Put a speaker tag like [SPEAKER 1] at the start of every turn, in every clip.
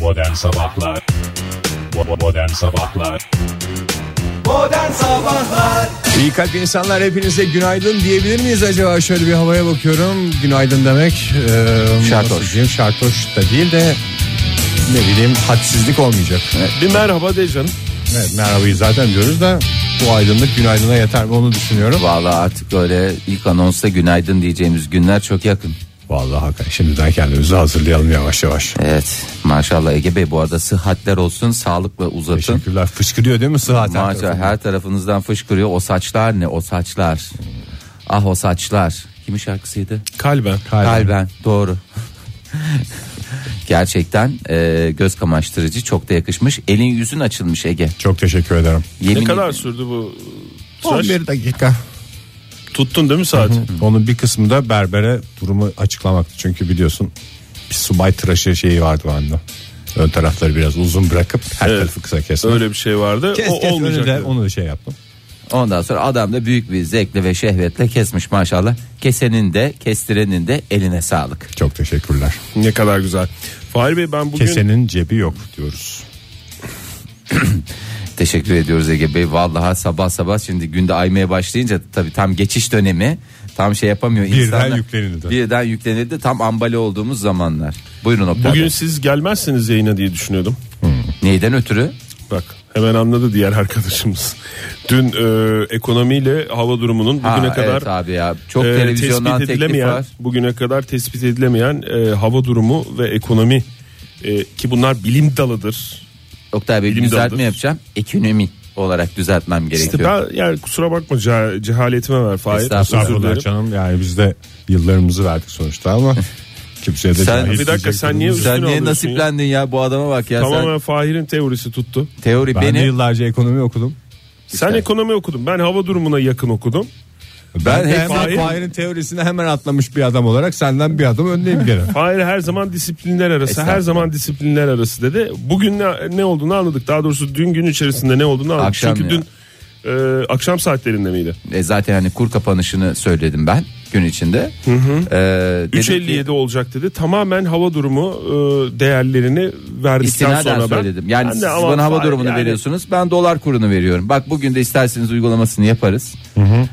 [SPEAKER 1] Modern Sabahlar Bo- Modern Sabahlar
[SPEAKER 2] İyi kalp insanlar hepinize günaydın diyebilir miyiz acaba? Şöyle bir havaya bakıyorum. Günaydın demek. E,
[SPEAKER 3] Şartoş.
[SPEAKER 2] nasıl diyeyim? Şartoş da değil de ne bileyim hadsizlik olmayacak.
[SPEAKER 3] Bir merhaba de canım.
[SPEAKER 2] Evet, merhabayı zaten diyoruz da bu aydınlık günaydına yeter mi onu düşünüyorum.
[SPEAKER 4] Vallahi artık öyle ilk anonsta günaydın diyeceğimiz günler çok yakın.
[SPEAKER 2] Vallahi hakikaten şimdiden kendimizi hazırlayalım yavaş yavaş.
[SPEAKER 4] Evet maşallah Ege Bey bu arada sıhhatler olsun sağlıkla uzatın.
[SPEAKER 2] Teşekkürler. Fışkırıyor değil mi sıhhat? her
[SPEAKER 4] Maşallah
[SPEAKER 2] tarafı?
[SPEAKER 4] her tarafınızdan fışkırıyor o saçlar ne o saçlar. Ah o saçlar. Kimin şarkısıydı?
[SPEAKER 3] Kalben.
[SPEAKER 4] Kalben doğru. Gerçekten e, göz kamaştırıcı çok da yakışmış. Elin yüzün açılmış Ege.
[SPEAKER 2] Çok teşekkür ederim.
[SPEAKER 4] Yemin
[SPEAKER 3] Ne kadar
[SPEAKER 4] ederim.
[SPEAKER 3] sürdü bu tıraş?
[SPEAKER 2] 11 dakika.
[SPEAKER 3] Tuttun değil mi saati?
[SPEAKER 2] Onun bir kısmı da berbere durumu açıklamaktı. Çünkü biliyorsun bir subay tıraşı şeyi vardı bende. Ön tarafları biraz uzun bırakıp her
[SPEAKER 3] Evet.
[SPEAKER 2] tarafı kısa kesme.
[SPEAKER 3] Öyle bir şey vardı.
[SPEAKER 2] kes,
[SPEAKER 3] o
[SPEAKER 2] kes,
[SPEAKER 3] olmayacak.
[SPEAKER 2] önü de,
[SPEAKER 3] dedi.
[SPEAKER 2] onu da şey yaptım.
[SPEAKER 4] Ondan sonra adam da büyük bir zevkle ve şehvetle kesmiş maşallah. Kesenin de kestirenin de eline sağlık.
[SPEAKER 2] Çok teşekkürler.
[SPEAKER 3] Ne kadar güzel. Fahri Bey ben bugün
[SPEAKER 2] Kesenin cebi yok diyoruz.
[SPEAKER 4] Teşekkür ediyoruz Ege Bey. Vallahi sabah sabah şimdi günde aymaya başlayınca tabii tam geçiş dönemi. Tam şey yapamıyor
[SPEAKER 2] Birden
[SPEAKER 4] insanlar.
[SPEAKER 2] yüklenildi.
[SPEAKER 4] Birden yüklenildi. Tam ambale olduğumuz zamanlar. Buyurun Oktay
[SPEAKER 3] bugün
[SPEAKER 4] Bey.
[SPEAKER 3] siz gelmezsiniz yayına diye düşünüyordum.
[SPEAKER 4] Neyden ötürü?
[SPEAKER 3] Bak hemen anladı diğer arkadaşımız. Dün e, ekonomiyle hava durumunun bugüne
[SPEAKER 4] Ha,
[SPEAKER 3] kadar
[SPEAKER 4] evet abi ya. Çok
[SPEAKER 3] e,
[SPEAKER 4] televizyondan
[SPEAKER 3] tespit
[SPEAKER 4] teklif
[SPEAKER 3] edilemeyen,
[SPEAKER 4] var.
[SPEAKER 3] bugüne kadar tespit edilemeyen e, hava durumu ve ekonomi e, ki bunlar bilim dalıdır.
[SPEAKER 4] Oktay Bey
[SPEAKER 3] Bilim
[SPEAKER 4] düzeltme
[SPEAKER 3] dalıdır.
[SPEAKER 4] yapacağım. Ekonomi olarak düzeltmem gerekiyor.
[SPEAKER 3] İşte ben yani kusura bakma ce- cehaletime ver Fahir.
[SPEAKER 4] Estağfurullah.
[SPEAKER 3] Özür
[SPEAKER 2] Estağfurullah
[SPEAKER 3] dilerim.
[SPEAKER 2] canım yani biz de yıllarımızı verdik sonuçta ama kimseye de
[SPEAKER 4] Sen-
[SPEAKER 2] cahil
[SPEAKER 4] Bir
[SPEAKER 3] dakika,
[SPEAKER 2] diyecek
[SPEAKER 3] sen
[SPEAKER 2] durumumuz
[SPEAKER 3] niye
[SPEAKER 2] yok.
[SPEAKER 3] üstüne
[SPEAKER 4] Sen niye
[SPEAKER 3] alıyorsun
[SPEAKER 4] nasiplendin ya? Bu adama bak ya.
[SPEAKER 3] Tamamen Fahir'in teorisi tuttu.
[SPEAKER 4] Sen, teori
[SPEAKER 2] Ben de
[SPEAKER 4] beni.
[SPEAKER 2] yıllarca ekonomi okudum.
[SPEAKER 3] Sen ekonomi okudun. Ben hava durumuna yakın okudum.
[SPEAKER 2] Ben,
[SPEAKER 4] hep
[SPEAKER 2] de hemen
[SPEAKER 3] Fahir-
[SPEAKER 2] Fahir'in teorisini hemen atlamış bir adam olarak senden bir adım öndeyim gene.
[SPEAKER 3] Fahir her zaman disiplinler arası, her
[SPEAKER 4] Estağfurullah.
[SPEAKER 3] zaman disiplinler arası dedi. Bugün ne, ne olduğunu anladık. Daha doğrusu dün gün içerisinde ne olduğunu anladık.
[SPEAKER 4] Akşam
[SPEAKER 3] Çünkü
[SPEAKER 4] ya.
[SPEAKER 3] dün e, akşam saatlerinde miydi?
[SPEAKER 4] E, zaten hani kur kapanışını söyledim ben gün içinde. E, Hı hı.
[SPEAKER 3] 3.57 olacak dedi. Tamamen hava durumu e, değerlerini verdikten
[SPEAKER 4] İstinaden
[SPEAKER 3] sonra ben.
[SPEAKER 4] söyledim. Yani
[SPEAKER 3] Ben de
[SPEAKER 4] siz
[SPEAKER 3] aman
[SPEAKER 4] bana hava
[SPEAKER 3] Fahir
[SPEAKER 4] durumunu
[SPEAKER 3] yani
[SPEAKER 4] veriyorsunuz. Ben dolar kurunu veriyorum. Bak bugün de isterseniz uygulamasını yaparız.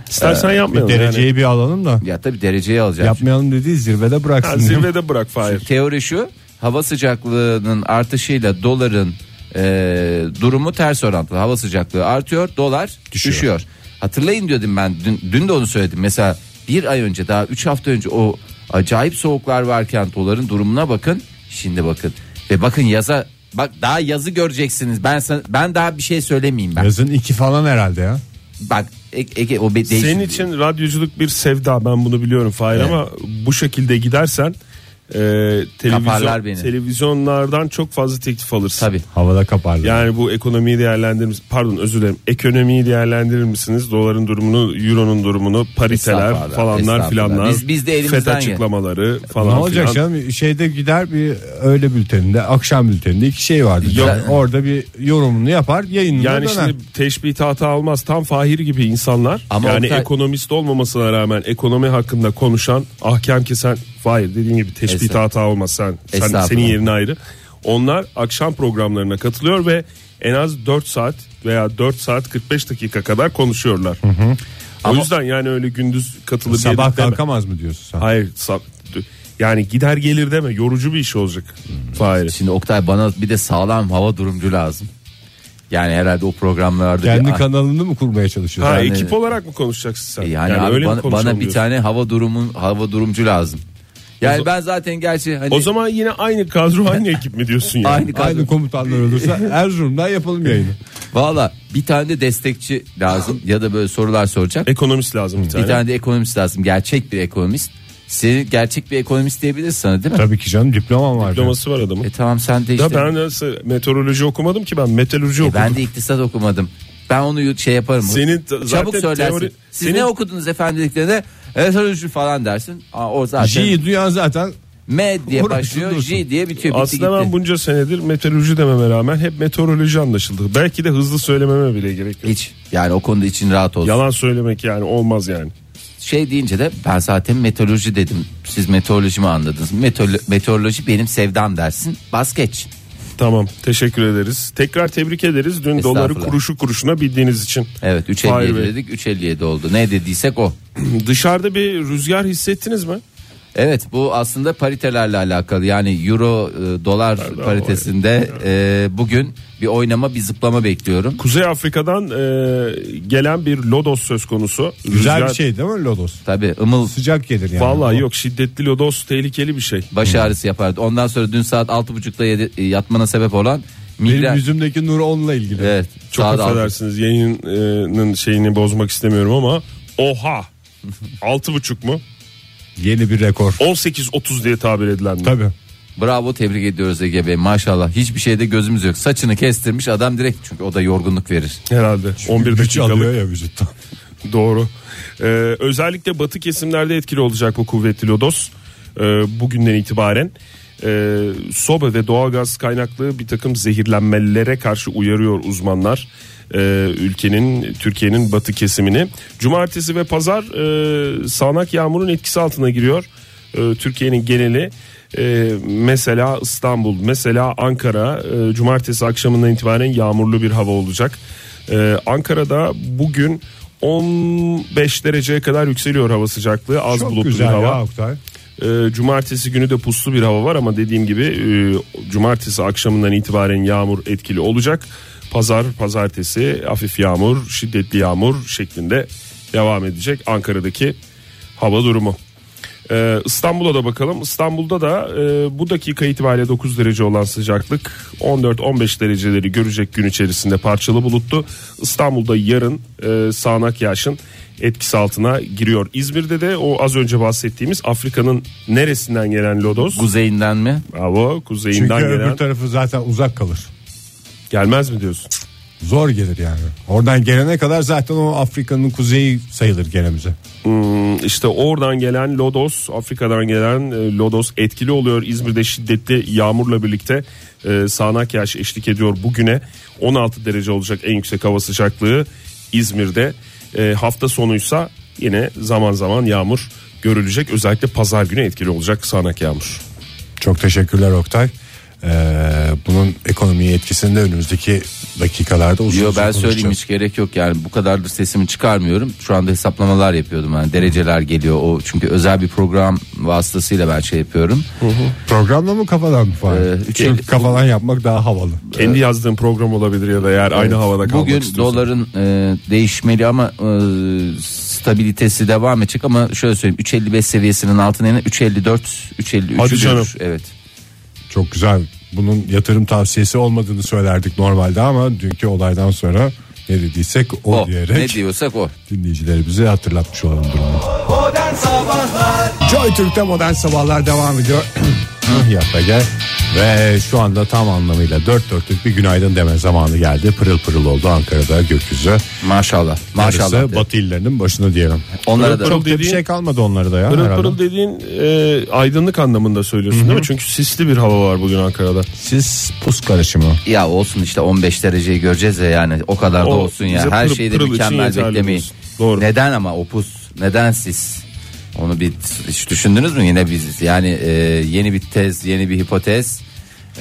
[SPEAKER 3] İstersen
[SPEAKER 2] Bir
[SPEAKER 3] yapmayalım.
[SPEAKER 2] dereceyi
[SPEAKER 3] yani.
[SPEAKER 2] bir alalım da.
[SPEAKER 4] Ya tabii dereceye alacağım.
[SPEAKER 2] Yapmayalım dediği zirvede
[SPEAKER 3] Ha,
[SPEAKER 2] bıraksın.
[SPEAKER 3] zirvede bırak Fahir.
[SPEAKER 4] Teori şu. Hava sıcaklığının artışıyla doların e, durumu ters orantılı. Hava sıcaklığı artıyor, dolar düşüyor. Hatırlayın diyordum ben. Dün, dün de onu söyledim. Mesela bir ay önce daha 3 hafta önce o acayip soğuklar varken doların durumuna bakın. Şimdi bakın. Ve bakın yaza Bak daha yazı göreceksiniz. Ben sana, ben daha bir şey söylemeyeyim ben.
[SPEAKER 2] Yazın iki falan herhalde ya.
[SPEAKER 4] Bak Ege, Ege o be- değişik.
[SPEAKER 3] Senin için radyoculuk bir sevda ben bunu biliyorum Fahir ama bu şekilde gidersen e,
[SPEAKER 4] Kaparlar
[SPEAKER 3] televizyon,
[SPEAKER 4] beni.
[SPEAKER 3] televizyonlardan çok fazla teklif alırsın.
[SPEAKER 4] Tabii.
[SPEAKER 2] Havada kaparlı.
[SPEAKER 3] Yani bu ekonomiyi değerlendirir mis- Pardon özür dilerim. Ekonomiyi değerlendirir misiniz? Doların durumunu, euronun durumunu, pariteler
[SPEAKER 4] Estağfurullah,
[SPEAKER 3] falanlar
[SPEAKER 4] estağfurullah.
[SPEAKER 3] filanlar.
[SPEAKER 4] Biz- biz de elimizden
[SPEAKER 3] FED
[SPEAKER 4] gel-
[SPEAKER 3] açıklamaları
[SPEAKER 2] ne
[SPEAKER 3] falan
[SPEAKER 2] olacak
[SPEAKER 3] filan.
[SPEAKER 2] canım şeyde gider bir öğle bülteninde akşam bülteninde iki şey vardı. Yani orada bir yorumunu yapar yayınına
[SPEAKER 3] Yani
[SPEAKER 2] döner.
[SPEAKER 3] şimdi teşbih hata almaz tam Fahir gibi insanlar
[SPEAKER 4] Ama
[SPEAKER 3] yani
[SPEAKER 4] Oktay-
[SPEAKER 3] ekonomist olmamasına rağmen ekonomi hakkında konuşan "Ah, ahkam kesen Fahir dediğin gibi teşbih
[SPEAKER 4] Estağfurullah.
[SPEAKER 3] hata olmaz sen, sen
[SPEAKER 4] Estağfurullah.
[SPEAKER 3] senin yerin ayrı. Onlar akşam programlarına katılıyor ve en az 4 saat veya 4 saat 45 dakika kadar konuşuyorlar. O yüzden yani öyle gündüz katılıp
[SPEAKER 2] sabah
[SPEAKER 3] yedik deme.
[SPEAKER 2] kalkamaz mı diyorsun sen?
[SPEAKER 3] Hayır sab- yani gider gelir deme yorucu bir iş olacak
[SPEAKER 4] Hmm.
[SPEAKER 3] Fahir.
[SPEAKER 4] Şimdi Oktay bana bir de sağlam hava durumcu lazım. Yani herhalde o programlarda bir-
[SPEAKER 2] Kendi
[SPEAKER 4] Ah,
[SPEAKER 2] kanalını mı kurmaya çalışıyorsun?
[SPEAKER 3] Ha
[SPEAKER 4] Yani- E
[SPEAKER 3] ekip olarak mı konuşacaksın sen?
[SPEAKER 4] yani, abi
[SPEAKER 3] öyle mi
[SPEAKER 4] bana,
[SPEAKER 3] konuşalım
[SPEAKER 4] bana bir
[SPEAKER 3] diyorsun?
[SPEAKER 4] tane hava durumun hava durumcu lazım. Yani ben zaten gerçi hani
[SPEAKER 3] O zaman yine aynı kadro aynı ekip mi diyorsun ya?
[SPEAKER 4] aynı kadro.
[SPEAKER 2] Aynı komutanlar olursa Erzurum'dan yapalım yayını.
[SPEAKER 4] Valla bir tane de destekçi lazım ya da böyle sorular soracak.
[SPEAKER 3] Ekonomist lazım bir tane.
[SPEAKER 4] Bir tane de ekonomist lazım. Gerçek bir ekonomist. Seni gerçek bir ekonomist diyebiliriz sana değil mi?
[SPEAKER 2] Tabii ki canım diplomam var.
[SPEAKER 3] Diploması var adamın.
[SPEAKER 4] E tamam sen de işte.
[SPEAKER 3] Ya ben nasıl meteoroloji okumadım ki ben meteoroloji
[SPEAKER 4] E
[SPEAKER 3] okudum.
[SPEAKER 4] ben de iktisat okumadım. Ben onu şey yaparım.
[SPEAKER 3] Senin t-
[SPEAKER 4] Çabuk
[SPEAKER 3] zaten
[SPEAKER 4] söylersin.
[SPEAKER 3] teori-
[SPEAKER 4] Siz
[SPEAKER 3] senin-
[SPEAKER 4] ne okudunuz efendiliklerine? Esolojik falan dersin. Aa, o zaten
[SPEAKER 2] J'yi duyan zaten
[SPEAKER 4] M diye
[SPEAKER 2] Orası
[SPEAKER 4] başlıyor,
[SPEAKER 2] dursun.
[SPEAKER 4] J diye bitiyor. Bitti
[SPEAKER 3] Aslında
[SPEAKER 4] gitti.
[SPEAKER 3] ben bunca senedir meteoroloji dememe rağmen hep meteoroloji anlaşıldı. Belki de hızlı söylememe bile gerek yok.
[SPEAKER 4] Hiç yani o konuda için rahat olsun.
[SPEAKER 3] Yalan söylemek yani olmaz yani.
[SPEAKER 4] Şey deyince de ben zaten meteoroloji dedim. Siz meteoroloji mi anladınız? Meteorolo- meteoroloji benim sevdam dersin. Bas geç.
[SPEAKER 3] Tamam teşekkür ederiz. Tekrar tebrik ederiz. Dün doları
[SPEAKER 4] Estağfurullah.
[SPEAKER 3] kuruşu kuruşuna bildiğiniz için.
[SPEAKER 4] Evet
[SPEAKER 3] Fahir
[SPEAKER 4] 3.57
[SPEAKER 3] Bey.
[SPEAKER 4] dedik 3.57 oldu. Ne dediysek o.
[SPEAKER 3] Dışarıda bir rüzgar hissettiniz mi?
[SPEAKER 4] Evet bu aslında paritelerle alakalı yani euro e, dolar paritesinde e, bugün bir oynama bir zıplama bekliyorum.
[SPEAKER 3] Kuzey Afrika'dan e, gelen bir lodos söz konusu.
[SPEAKER 2] Güzel
[SPEAKER 3] Rüzgar-
[SPEAKER 2] bir şey değil mi Lodos?
[SPEAKER 4] Tabi ımıl
[SPEAKER 2] Sıcak gelir yani.
[SPEAKER 3] Vallahi yok şiddetli lodos tehlikeli bir şey.
[SPEAKER 4] baş ağrısı yapardı. Ondan sonra dün saat 6.30'da yedi- e, yatmana sebep olan
[SPEAKER 2] Benim
[SPEAKER 4] migren.
[SPEAKER 2] yüzümdeki nur onunla ilgili.
[SPEAKER 4] Evet,
[SPEAKER 3] Çok
[SPEAKER 4] saat altı.
[SPEAKER 3] affedersiniz yayının e, şeyini bozmak istemiyorum ama oha. Altı buçuk mu?
[SPEAKER 2] Yeni bir rekor.
[SPEAKER 3] 18.30 diye tabir edilen mi?
[SPEAKER 2] Tabii.
[SPEAKER 4] Bravo tebrik ediyoruz Ege Bey maşallah hiçbir şeyde gözümüz yok. Saçını kestirmiş adam direkt çünkü o da yorgunluk verir.
[SPEAKER 3] Herhalde. 11
[SPEAKER 2] Güç alıyor
[SPEAKER 3] dakikalık.
[SPEAKER 2] ya vücuttan.
[SPEAKER 3] Doğru. Ee, özellikle batı kesimlerde etkili olacak bu kuvvetli lodos. Ee, bugünden itibaren. Ee, soba ve doğalgaz kaynaklı bir takım zehirlenmelere karşı uyarıyor uzmanlar. Ee, ülkenin, Türkiye'nin batı kesimini. Cumartesi ve pazar e, sağanak yağmurun etkisi altına giriyor. Ee, Türkiye'nin geneli. Ee, mesela İstanbul, mesela Ankara e, cumartesi akşamından itibaren yağmurlu bir hava olacak. Ee, Ankara'da bugün 15 dereceye kadar yükseliyor hava sıcaklığı. Az
[SPEAKER 2] Çok
[SPEAKER 3] bulutlu bir
[SPEAKER 2] güzel ya
[SPEAKER 3] hava.
[SPEAKER 2] Oktay.
[SPEAKER 3] Ee, cumartesi günü de puslu bir hava var ama dediğim gibi e, cumartesi akşamından itibaren yağmur etkili olacak. Pazar, pazartesi hafif yağmur, şiddetli yağmur şeklinde devam edecek Ankara'daki hava durumu. Ee, İstanbul'a da bakalım. İstanbul'da da e, bu dakika itibariyle 9 derece olan sıcaklık 14-15 dereceleri görecek gün içerisinde parçalı bulutlu. İstanbul'da yarın e, sağanak yağışın etkisi altına giriyor. İzmir'de de o az önce bahsettiğimiz Afrika'nın neresinden gelen lodos?
[SPEAKER 4] Kuzeyinden mi?
[SPEAKER 3] Bravo kuzeyinden
[SPEAKER 2] Çünkü öbür
[SPEAKER 3] gelen.
[SPEAKER 2] tarafı zaten uzak kalır.
[SPEAKER 3] Gelmez mi diyorsun?
[SPEAKER 2] Zor gelir yani. Oradan gelene kadar zaten o Afrika'nın kuzeyi sayılır gene bize.
[SPEAKER 3] Hmm, işte oradan gelen lodos, Afrika'dan gelen e, lodos etkili oluyor. İzmir'de şiddetli yağmurla birlikte e, sağanak yağış eşlik ediyor bugüne. 16 derece olacak en yüksek hava sıcaklığı İzmir'de. E, hafta sonuysa yine zaman zaman yağmur görülecek. Özellikle pazar günü etkili olacak sağanak yağmur.
[SPEAKER 2] Çok teşekkürler Oktay. Ee, bunun ekonomiye etkisini de önümüzdeki dakikalarda uzun
[SPEAKER 4] Yo
[SPEAKER 2] uzun
[SPEAKER 4] ben
[SPEAKER 2] konuşacağız.
[SPEAKER 4] söyleyeyim hiç gerek yok yani bu kadardır sesimi çıkarmıyorum. Şu anda hesaplamalar yapıyordum yani dereceler geliyor o çünkü özel bir program vasıtasıyla ben şey yapıyorum.
[SPEAKER 2] Programla mı kafadan mı falan?
[SPEAKER 4] Ee, üç
[SPEAKER 2] Çünkü
[SPEAKER 4] elli-
[SPEAKER 2] kafadan yapmak daha havalı.
[SPEAKER 3] Kendi yazdığın program olabilir ya da eğer aynı havada kalmak
[SPEAKER 4] Bugün
[SPEAKER 3] istiyorsan.
[SPEAKER 4] doların e, değişmeli ama e, stabilitesi devam edecek ama şöyle söyleyeyim 3.55 seviyesinin altına inen 3.54 3.53
[SPEAKER 3] Hadi
[SPEAKER 4] 'ü görür.
[SPEAKER 3] canım.
[SPEAKER 4] Evet.
[SPEAKER 2] Çok güzel. Bunun yatırım tavsiyesi olmadığını söylerdik normalde ama dünkü olaydan sonra ne dediysek o,
[SPEAKER 4] O ne
[SPEAKER 2] diyerek
[SPEAKER 4] diyorsak o.
[SPEAKER 2] dinleyicilerimize hatırlatmış olalım durumu.
[SPEAKER 5] Modern Sabahlar
[SPEAKER 2] Joy Türk'te modern sabahlar devam ediyor. Ah, Yapma gel. Ve şu anda tam anlamıyla dört dörtlük bir günaydın deme zamanı geldi. Pırıl pırıl oldu Ankara'da gökyüzü.
[SPEAKER 4] Maşallah. Maşallah.
[SPEAKER 2] Yarısı
[SPEAKER 4] de.
[SPEAKER 2] batı illerinin başına diyelim.
[SPEAKER 4] Onlara da
[SPEAKER 3] Çok
[SPEAKER 2] Çok da bir
[SPEAKER 3] dediğin-
[SPEAKER 2] şey kalmadı onlara da ya.
[SPEAKER 3] Pırıl
[SPEAKER 2] herhalde.
[SPEAKER 3] pırıl dediğin e, aydınlık anlamında söylüyorsun değil mi? Çünkü sisli bir hava var bugün Ankara'da.
[SPEAKER 2] Siz pus karışımı.
[SPEAKER 4] ya olsun işte 15 dereceyi göreceğiz ya yani o kadar da
[SPEAKER 3] O
[SPEAKER 4] olsun ya.
[SPEAKER 3] bize
[SPEAKER 4] Her
[SPEAKER 3] pırıl
[SPEAKER 4] şeyde
[SPEAKER 3] pırıl için
[SPEAKER 4] mükemmel
[SPEAKER 3] yeterli
[SPEAKER 4] beklemeyin.
[SPEAKER 3] diyorsun. Doğru.
[SPEAKER 4] Neden ama opus? Neden siz? Onu bir hiç düşündünüz mü yine biz yani e, yeni bir tez, yeni bir hipotez.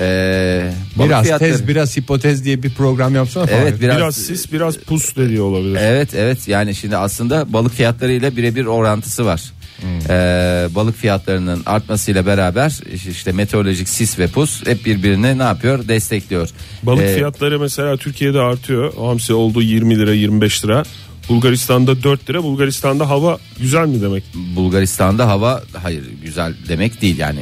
[SPEAKER 4] E, balık
[SPEAKER 2] Biraz
[SPEAKER 4] fiyatları-
[SPEAKER 2] tez biraz hipotez diye bir program yapsana.
[SPEAKER 4] Evet
[SPEAKER 2] Fahir.
[SPEAKER 4] biraz, e,
[SPEAKER 3] Biraz, sis biraz pus dediği olabilir.
[SPEAKER 4] Evet evet yani şimdi aslında balık fiyatlarıyla birebir orantısı var.
[SPEAKER 3] Hmm.
[SPEAKER 4] Ee, balık fiyatlarının artmasıyla beraber işte meteorolojik sis ve pus hep birbirini ne yapıyor destekliyor.
[SPEAKER 3] Balık
[SPEAKER 4] Ee,
[SPEAKER 3] fiyatları mesela Türkiye'de artıyor. Hamsi oldu 20 lira 25 lira. Bulgaristan'da 4 lira. Bulgaristan'da hava güzel mi demek?
[SPEAKER 4] Bulgaristan'da hava hayır güzel demek değil yani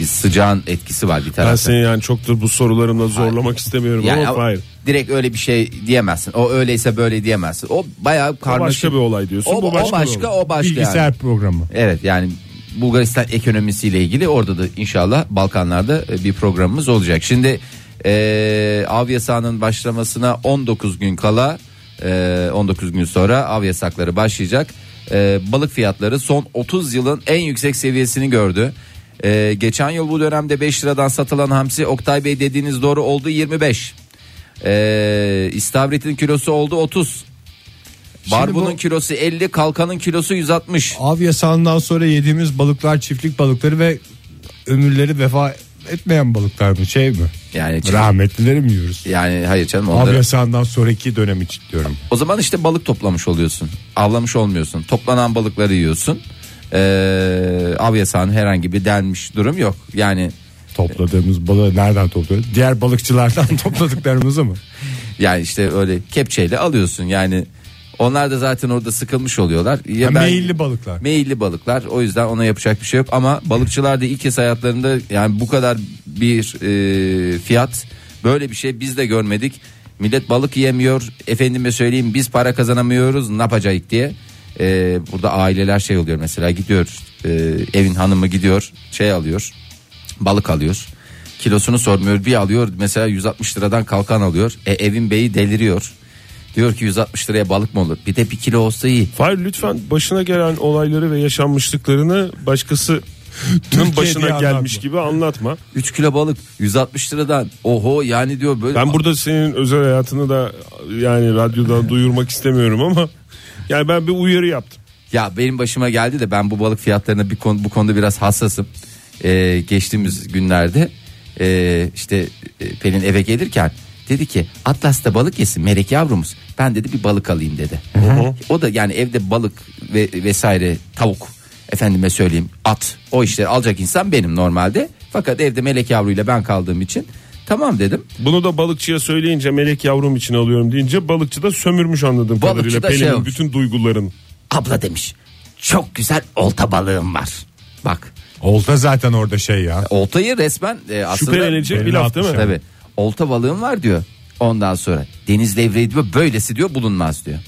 [SPEAKER 4] bir sıcağın etkisi var bir
[SPEAKER 3] Ben
[SPEAKER 4] tarafta.
[SPEAKER 3] seni yani çok da bu sorularımla zorlamak istemiyorum
[SPEAKER 4] Yani
[SPEAKER 3] ama hayır.
[SPEAKER 4] direkt öyle bir şey diyemezsin. O öyleyse böyle diyemezsin. O bayağı
[SPEAKER 3] O
[SPEAKER 4] karmaşık.
[SPEAKER 3] başka bir olay diyorsun.
[SPEAKER 4] O-
[SPEAKER 3] bu başka,
[SPEAKER 4] o başka,
[SPEAKER 3] bir olay.
[SPEAKER 4] o başka
[SPEAKER 2] Bilgisayar
[SPEAKER 4] yani.
[SPEAKER 2] programı.
[SPEAKER 4] Evet yani Bulgaristan ekonomisiyle ilgili orada da inşallah Balkanlarda e, bir programımız olacak. Şimdi e, av yasağının başlamasına 19 gün kala e, 19 gün sonra av yasakları başlayacak. E, balık fiyatları son 30 yılın en yüksek seviyesini gördü. E, geçen yıl bu dönemde 5 liradan satılan hamsi Oktay Bey dediğiniz doğru oldu 25. E, istavritin kilosu oldu 30. Barbunun
[SPEAKER 2] bu-
[SPEAKER 4] kilosu 50, kalkanın kilosu 160.
[SPEAKER 2] Av yasağından sonra yediğimiz balıklar çiftlik balıkları ve ömürleri vefa etmeyen balıklar mı şey mi?
[SPEAKER 4] Yani çünkü-
[SPEAKER 2] Rahmetlileri mi yiyoruz?
[SPEAKER 4] Yani hayır canım onları-
[SPEAKER 2] Abyasandan sonraki dönem için diyorum.
[SPEAKER 4] O zaman işte balık toplamış oluyorsun. Avlamış olmuyorsun. Toplanan balıkları yiyorsun. Ee, av yasağının herhangi bir denmiş durum yok. Yani
[SPEAKER 2] Topladığımız balığı nereden topluyoruz? Diğer balıkçılardan topladıklarımızı mı?
[SPEAKER 4] yani işte öyle kepçeyle alıyorsun. Yani onlar da zaten orada sıkılmış oluyorlar. Ya
[SPEAKER 2] Ha,
[SPEAKER 4] ben-
[SPEAKER 2] Meyilli balıklar.
[SPEAKER 4] Meyilli balıklar. O yüzden ona yapacak bir şey yok. Ama balıkçılar da ilk kez hayatlarında yani bu kadar bir e, fiyat böyle bir şey biz de görmedik. Millet balık yemiyor. Efendime söyleyeyim biz para kazanamıyoruz. Ne yapacağız diye. E, burada aileler şey oluyor mesela gidiyor e, evin hanımı gidiyor şey alıyor balık alıyor. Kilosunu sormuyor bir alıyor mesela 160 liradan kalkan alıyor. E, evin beyi deliriyor. Diyor ki 160 liraya balık mı olur? Bir de bir kilo olsa iyi.
[SPEAKER 3] Fahir lütfen başına gelen olayları ve yaşanmışlıklarını başkasının
[SPEAKER 2] Türkiye diye
[SPEAKER 3] başına
[SPEAKER 2] anlatma.
[SPEAKER 3] gelmiş gibi anlatma.
[SPEAKER 4] 3 kilo balık 160 liradan oho yani diyor böyle
[SPEAKER 3] Ben burada senin özel hayatını da yani radyodan duyurmak istemiyorum ama yani ben bir uyarı yaptım.
[SPEAKER 4] ya benim başıma geldi de ben bu balık fiyatlarına bir konu, bu konuda biraz hassasım Ee, geçtiğimiz günlerde ee, işte e, Pelin eve gelirken dedi ki Atlas'ta balık yesin Melek yavrumuz ben dedi bir balık alayım dedi o da yani evde balık ve vesaire tavuk efendime söyleyeyim at o işleri alacak insan benim normalde fakat evde Melek yavruyla ben kaldığım için tamam dedim
[SPEAKER 3] Bunu da balıkçıya söyleyince melek yavrum için alıyorum deyince balıkçı da sömürmüş anladığım
[SPEAKER 4] Balıkçı
[SPEAKER 3] kadarıyla
[SPEAKER 4] da şey
[SPEAKER 3] Pelin'in
[SPEAKER 4] olmuş.
[SPEAKER 3] bütün duygularını.
[SPEAKER 4] Abla demiş çok güzel olta balığım var. Bak
[SPEAKER 2] Olta zaten orada şey ya.
[SPEAKER 4] oltayı resmen e, aslında
[SPEAKER 3] Şüphelenici bir laf değil mi?
[SPEAKER 4] Tabii. olta balığım var diyor. Ondan sonra deniz levreği diyor böylesi diyor bulunmaz diyor.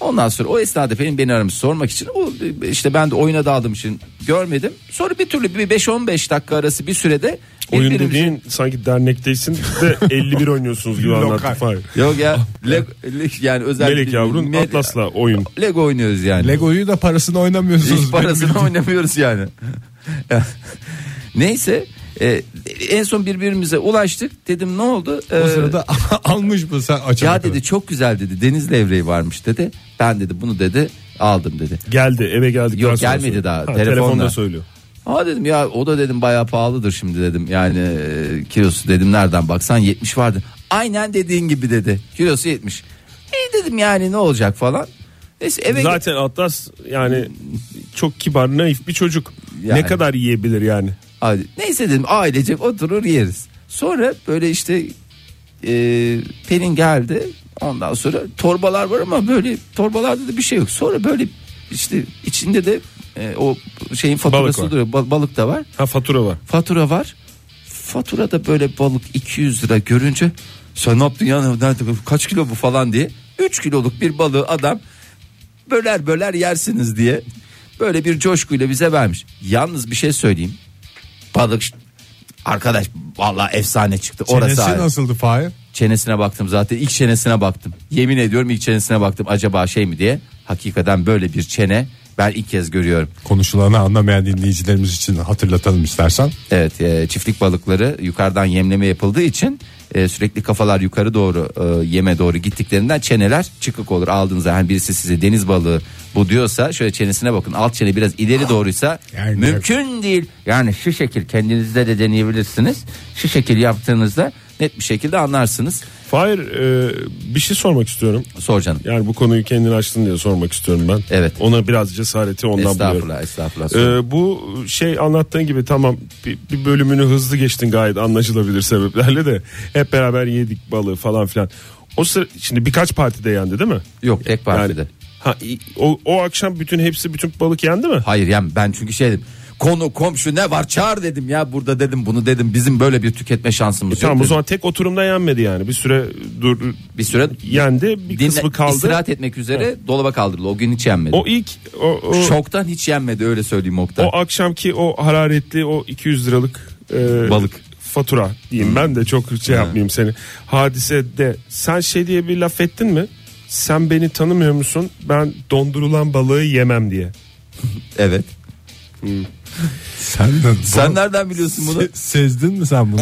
[SPEAKER 4] Ondan sonra o esnada benim beni aramış sormak için o e, işte ben de oyuna daldığım için görmedim. Sonra bir türlü bir 5-15 dakika arası bir sürede
[SPEAKER 3] Oyun
[SPEAKER 4] birbirimizin-
[SPEAKER 3] dediğin sanki dernekteysin de 51 oynuyorsunuz gibi
[SPEAKER 2] Lokal.
[SPEAKER 3] anlattı Fahir.
[SPEAKER 4] Yok ya le- le- yani özel
[SPEAKER 3] Ah, Melek yavrun
[SPEAKER 4] Me-
[SPEAKER 3] Atlas'la oyun.
[SPEAKER 4] Lego oynuyoruz yani.
[SPEAKER 2] Lego'yu da parasını oynamıyorsunuz.
[SPEAKER 4] Hiç parasını oynamıyoruz yani. Neyse e, en son birbirimize ulaştık. Dedim ne oldu?
[SPEAKER 2] O
[SPEAKER 4] Ee,
[SPEAKER 2] sırada almış mı sen açana
[SPEAKER 4] ya
[SPEAKER 2] kadar?
[SPEAKER 4] dedi çok güzel dedi. Deniz levreği varmış dedi. Ben dedi bunu dedi aldım dedi.
[SPEAKER 3] Geldi eve geldik.
[SPEAKER 4] Yok, gelmedi daha, telefonla.
[SPEAKER 3] telefonda söylüyor.
[SPEAKER 4] Aa dedim ya o da dedim bayağı pahalıdır şimdi dedim. Yani e, kilosu dedim nereden baksan 70 vardı. Aynen dediğin gibi dedi. Kilosu 70. İyi dedim yani ne olacak falan. Neyse eve
[SPEAKER 3] Zaten Atlas yani çok kibar naif bir çocuk.
[SPEAKER 4] Yani.
[SPEAKER 3] Ne kadar yiyebilir yani?
[SPEAKER 4] Hadi. Neyse dedim ailecek oturur yeriz. Sonra böyle işte e, Pelin geldi. Ondan sonra torbalar var ama böyle torbalarda da bir şey yok. Sonra böyle işte içinde de e, o şeyin faturası
[SPEAKER 3] var.
[SPEAKER 4] duruyor. Ba- balık da var.
[SPEAKER 3] Ha fatura var.
[SPEAKER 4] Fatura var. Faturada böyle balık 200 lira görünce sen ne yaptın ya Nerede bu? kaç kilo bu falan diye 3 kiloluk bir balığı adam böler böler yersiniz diye böyle bir coşkuyla bize vermiş. Yalnız bir şey söyleyeyim. Balık arkadaş vallahi efsane çıktı. Orası
[SPEAKER 2] Çenesi
[SPEAKER 4] ayrı.
[SPEAKER 2] nasıldı Fahir?
[SPEAKER 4] Çenesine baktım zaten ilk çenesine baktım. Yemin ediyorum ilk çenesine baktım acaba şey mi diye. Hakikaten böyle bir çene ben ilk kez görüyorum.
[SPEAKER 2] Konuşulanı anlamayan dinleyicilerimiz için hatırlatalım istersen.
[SPEAKER 4] Evet e, çiftlik balıkları yukarıdan yemleme yapıldığı için e, sürekli kafalar yukarı doğru e, yeme doğru gittiklerinden çeneler çıkık olur aldığınızda. Hani birisi size deniz balığı bu diyorsa şöyle çenesine bakın alt çene biraz
[SPEAKER 3] Ah,
[SPEAKER 4] ileri doğruysa
[SPEAKER 2] Yani-
[SPEAKER 4] mümkün değil. Yani şu şekil kendinizde de deneyebilirsiniz şu şekil yaptığınızda net bir şekilde anlarsınız.
[SPEAKER 3] Fahir e, bir şey sormak istiyorum.
[SPEAKER 4] Sor canım.
[SPEAKER 3] Yani bu konuyu kendin açtın diye sormak istiyorum ben.
[SPEAKER 4] Evet.
[SPEAKER 3] Ona biraz cesareti ondan buluyorum.
[SPEAKER 4] Estağfurullah estağfurullah. Sor.
[SPEAKER 3] Ee, bu şey anlattığın gibi tamam bir, bir bölümünü hızlı geçtin gayet anlaşılabilir sebeplerle de hep beraber yedik balığı falan filan. O sıra şimdi birkaç partide yendi değil mi?
[SPEAKER 4] Yok tek partide.
[SPEAKER 3] Yani- ha, i- o, o akşam bütün hepsi bütün balık yendi mi?
[SPEAKER 4] Hayır yani ben çünkü şey dedim. Konu komşu ne var çağır dedim ya burada dedim bunu dedim bizim böyle bir tüketme şansımız yok.
[SPEAKER 3] E, Tamam o
[SPEAKER 4] dedim.
[SPEAKER 3] zaman tek oturumda yenmedi yani bir süre dur
[SPEAKER 4] bir süre
[SPEAKER 3] yendi bir
[SPEAKER 4] dinle-
[SPEAKER 3] kısmı kaldı.
[SPEAKER 4] istirahat etmek üzere dolaba kaldırıldı. O gün hiç yenmedi.
[SPEAKER 3] O ilk o, o,
[SPEAKER 4] Şoktan hiç yenmedi öyle söyleyeyim Oktay.
[SPEAKER 3] o akşamki o hararetli o 200 liralık e,
[SPEAKER 4] Balık. Hmm.
[SPEAKER 3] fatura diyeyim ben de çok şey yapmayayım seni. Hadisede sen şey diye bir laf ettin mi? Sen beni tanımıyor musun? Ben dondurulan balığı yemem diye.
[SPEAKER 4] evet.
[SPEAKER 2] Sen de
[SPEAKER 4] Sen nereden biliyorsun bunu?
[SPEAKER 2] Se- sezdin mi sen bunu?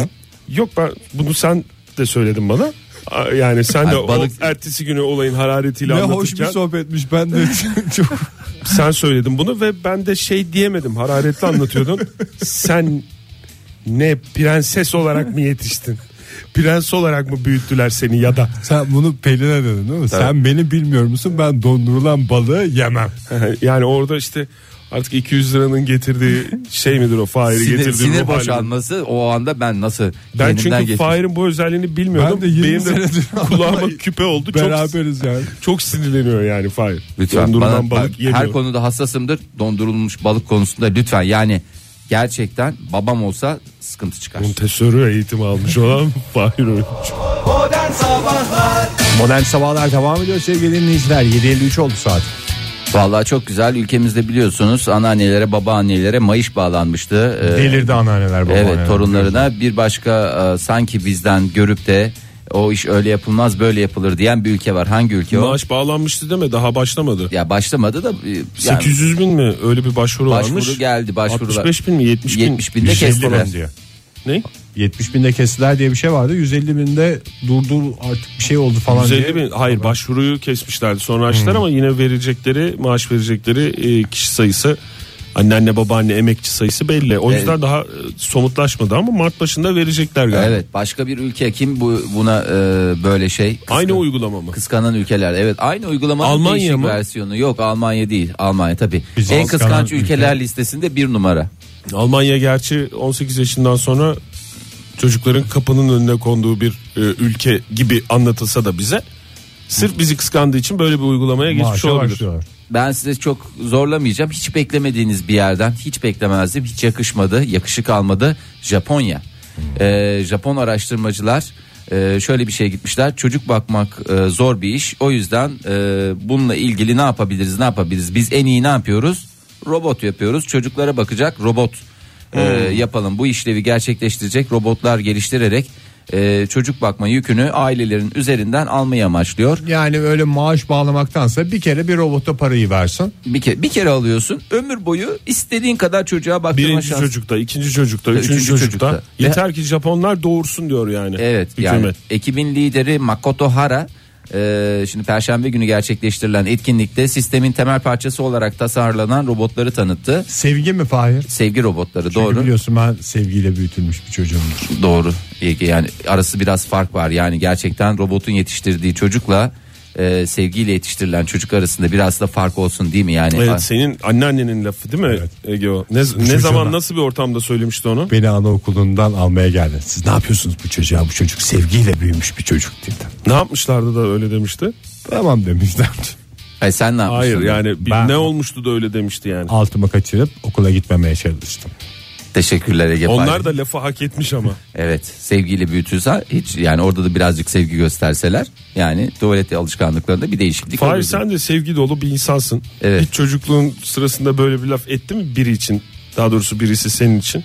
[SPEAKER 3] Yok ben bunu sen de söyledin bana. A- Yani sen de
[SPEAKER 4] Ay, balık-
[SPEAKER 3] o ertesi günü olayın hararetiyle
[SPEAKER 2] Ne hoş bir
[SPEAKER 3] anlatırken
[SPEAKER 2] sohbetmiş ben de çok
[SPEAKER 3] sen söyledin bunu ve ben de şey diyemedim. Hararetli anlatıyordun. sen Ne prenses olarak mı yetiştin? Prens olarak mı büyüttüler seni ya da?
[SPEAKER 2] Sen bunu Pelin'e dedin değil mi? Sen beni bilmiyor musun? Ben dondurulan balığı yemem.
[SPEAKER 3] yani orada işte artık 200 liranın getirdiği şey midir o Fahir'i
[SPEAKER 4] Sinir,
[SPEAKER 3] getirdiği
[SPEAKER 4] sinir
[SPEAKER 3] ruh hali midir?
[SPEAKER 4] boşalması o anda ben nasıl
[SPEAKER 3] Ben
[SPEAKER 4] kendimden
[SPEAKER 3] çünkü
[SPEAKER 4] geçtim.
[SPEAKER 3] Fahir'in bu özelliğini bilmiyordum.
[SPEAKER 2] Ben de yirmi
[SPEAKER 3] Benim de
[SPEAKER 2] senedir
[SPEAKER 3] kulağıma
[SPEAKER 2] adamla
[SPEAKER 3] küpe oldu. Çok,
[SPEAKER 2] Beraberiz yani.
[SPEAKER 3] çok sinirleniyor yani Fahir.
[SPEAKER 4] Lütfen
[SPEAKER 3] Dondurulan
[SPEAKER 4] bana,
[SPEAKER 3] balık
[SPEAKER 4] balık
[SPEAKER 3] yemiyor.
[SPEAKER 4] her konuda hassasımdır. Dondurulmuş balık konusunda lütfen yani gerçekten babam olsa sıkıntı çıkar.
[SPEAKER 3] Montessori eğitimi almış olan Fahir Öğünç.
[SPEAKER 5] Modern Sabahlar
[SPEAKER 2] Modern sabahlar devam ediyor sevgili dinleyiciler. 7.53 oldu saat.
[SPEAKER 4] Vallahi çok güzel ülkemizde biliyorsunuz anneannelere babaannelere mayış bağlanmıştı. Ee,
[SPEAKER 2] Delirdi anneanneler babaanneler.
[SPEAKER 4] Evet torunlarına bir başka e, sanki bizden görüp de o iş öyle yapılmaz böyle yapılır diyen bir ülke var. Hangi ülke o?
[SPEAKER 3] Maaş bağlanmıştı değil mi? Daha başlamadı.
[SPEAKER 4] Ya başlamadı da e, yani
[SPEAKER 3] 800 bin mi? Öyle bir başvuru,
[SPEAKER 4] Başvuru
[SPEAKER 3] varmış.
[SPEAKER 4] geldi, başvurular.
[SPEAKER 3] 65 bin mi? 70 bin.
[SPEAKER 4] 70 bin de
[SPEAKER 3] Bir şey
[SPEAKER 4] kestiler.
[SPEAKER 3] falan diyor. Ne?
[SPEAKER 2] 70 binde kestiler diye bir şey vardı. 150 binde durdur artık bir şey oldu falan
[SPEAKER 3] 150
[SPEAKER 2] diye.
[SPEAKER 3] bin. Hayır başvuruyu kesmişlerdi. Sonra açtılar
[SPEAKER 4] Hmm.
[SPEAKER 3] ama yine verecekleri maaş verecekleri e, kişi sayısı anneanne babaanne emekçi sayısı belli. O yüzden daha e, somutlaşmadı ama Mart başında verecekler galiba.
[SPEAKER 4] Evet başka bir ülke kim bu buna e, böyle şey kıskan-
[SPEAKER 3] Aynı uygulama mı?
[SPEAKER 4] kıskanan ülkeler evet aynı uygulamanın
[SPEAKER 3] Almanya
[SPEAKER 4] değişik
[SPEAKER 3] mı?
[SPEAKER 4] versiyonu yok Almanya değil Almanya tabi
[SPEAKER 2] Bizi
[SPEAKER 4] en
[SPEAKER 2] kıskanan
[SPEAKER 4] kıskanç
[SPEAKER 2] ülke.
[SPEAKER 4] ülkeler listesinde bir numara
[SPEAKER 3] Almanya gerçi 18 yaşından sonra çocukların kapının önüne konduğu bir e, ülke gibi anlatılsa da bize sırf bizi kıskandığı için böyle bir uygulamaya geçmiş
[SPEAKER 2] Maaşa
[SPEAKER 3] olabilir.
[SPEAKER 2] başlıyorlar.
[SPEAKER 4] ben size çok zorlamayacağım hiç beklemediğiniz bir yerden hiç beklemezdim hiç yakışmadı yakışık almadı Japonya E, Japon araştırmacılar e, şöyle bir şey gitmişler çocuk bakmak e, zor bir iş o yüzden e, bununla ilgili ne yapabiliriz ne yapabiliriz biz en iyi ne yapıyoruz robot yapıyoruz çocuklara bakacak robot Ee, yapalım. Bu işlevi gerçekleştirecek robotlar geliştirerek e, çocuk bakma yükünü ailelerin üzerinden almayı amaçlıyor.
[SPEAKER 2] Yani öyle maaş bağlamaktansa bir kere bir robota parayı versin.
[SPEAKER 4] Bir kere, bir kere alıyorsun ömür boyu istediğin kadar çocuğa baktırma
[SPEAKER 3] Birinci
[SPEAKER 4] şansı.
[SPEAKER 3] çocukta, ikinci çocukta,
[SPEAKER 4] Üçüncü
[SPEAKER 3] üçüncü, çocukta.
[SPEAKER 4] çocukta.
[SPEAKER 3] Yeter ki Japonlar doğursun diyor yani.
[SPEAKER 4] Evet yani
[SPEAKER 3] hükümet.
[SPEAKER 4] ekibin lideri Makoto Hara e, şimdi perşembe günü gerçekleştirilen etkinlikte sistemin temel parçası olarak tasarlanan robotları tanıttı.
[SPEAKER 2] Sevgi mi Fahir?
[SPEAKER 4] Sevgi robotları
[SPEAKER 2] Çünkü
[SPEAKER 4] doğru.
[SPEAKER 2] Biliyorsun ben sevgiyle büyütülmüş bir çocuğumdur.
[SPEAKER 4] Doğru. İyi ki Yani arası biraz fark var. Yani gerçekten robotun yetiştirdiği çocukla e, sevgiyle yetiştirilen çocuk arasında biraz da fark olsun değil mi? Yani
[SPEAKER 3] Evet senin anneannenin lafı değil mi Ege o? Ne, ne
[SPEAKER 2] çocuğa
[SPEAKER 3] zaman
[SPEAKER 2] da-
[SPEAKER 3] nasıl bir ortamda söylemişti onu?
[SPEAKER 2] Beni anaokulundan almaya geldi. Siz ne yapıyorsunuz bu çocuğa? Bu çocuk sevgiyle büyümüş bir çocuk dedi.
[SPEAKER 3] Ne yapmışlardı da öyle demişti?
[SPEAKER 2] Tamam demişler.
[SPEAKER 4] Ay, sen ne yapmışsın?
[SPEAKER 3] Hayır yani bir-
[SPEAKER 2] Ben-
[SPEAKER 3] ne olmuştu da öyle demişti yani.
[SPEAKER 2] Altıma kaçırıp okula gitmemeye çalıştım.
[SPEAKER 4] Teşekkürler Ege Fahir.
[SPEAKER 3] Onlar da lafı hak etmiş ama.
[SPEAKER 4] Evet sevgiyle büyütülse hiç yani orada da birazcık sevgi gösterseler yani tuvalet alışkanlıklarında bir değişiklik
[SPEAKER 3] Fahir
[SPEAKER 4] olurdu.
[SPEAKER 3] sen de sevgi dolu bir insansın.
[SPEAKER 4] Evet.
[SPEAKER 3] Hiç çocukluğun sırasında böyle bir laf etti mi biri için? Daha doğrusu birisi senin için.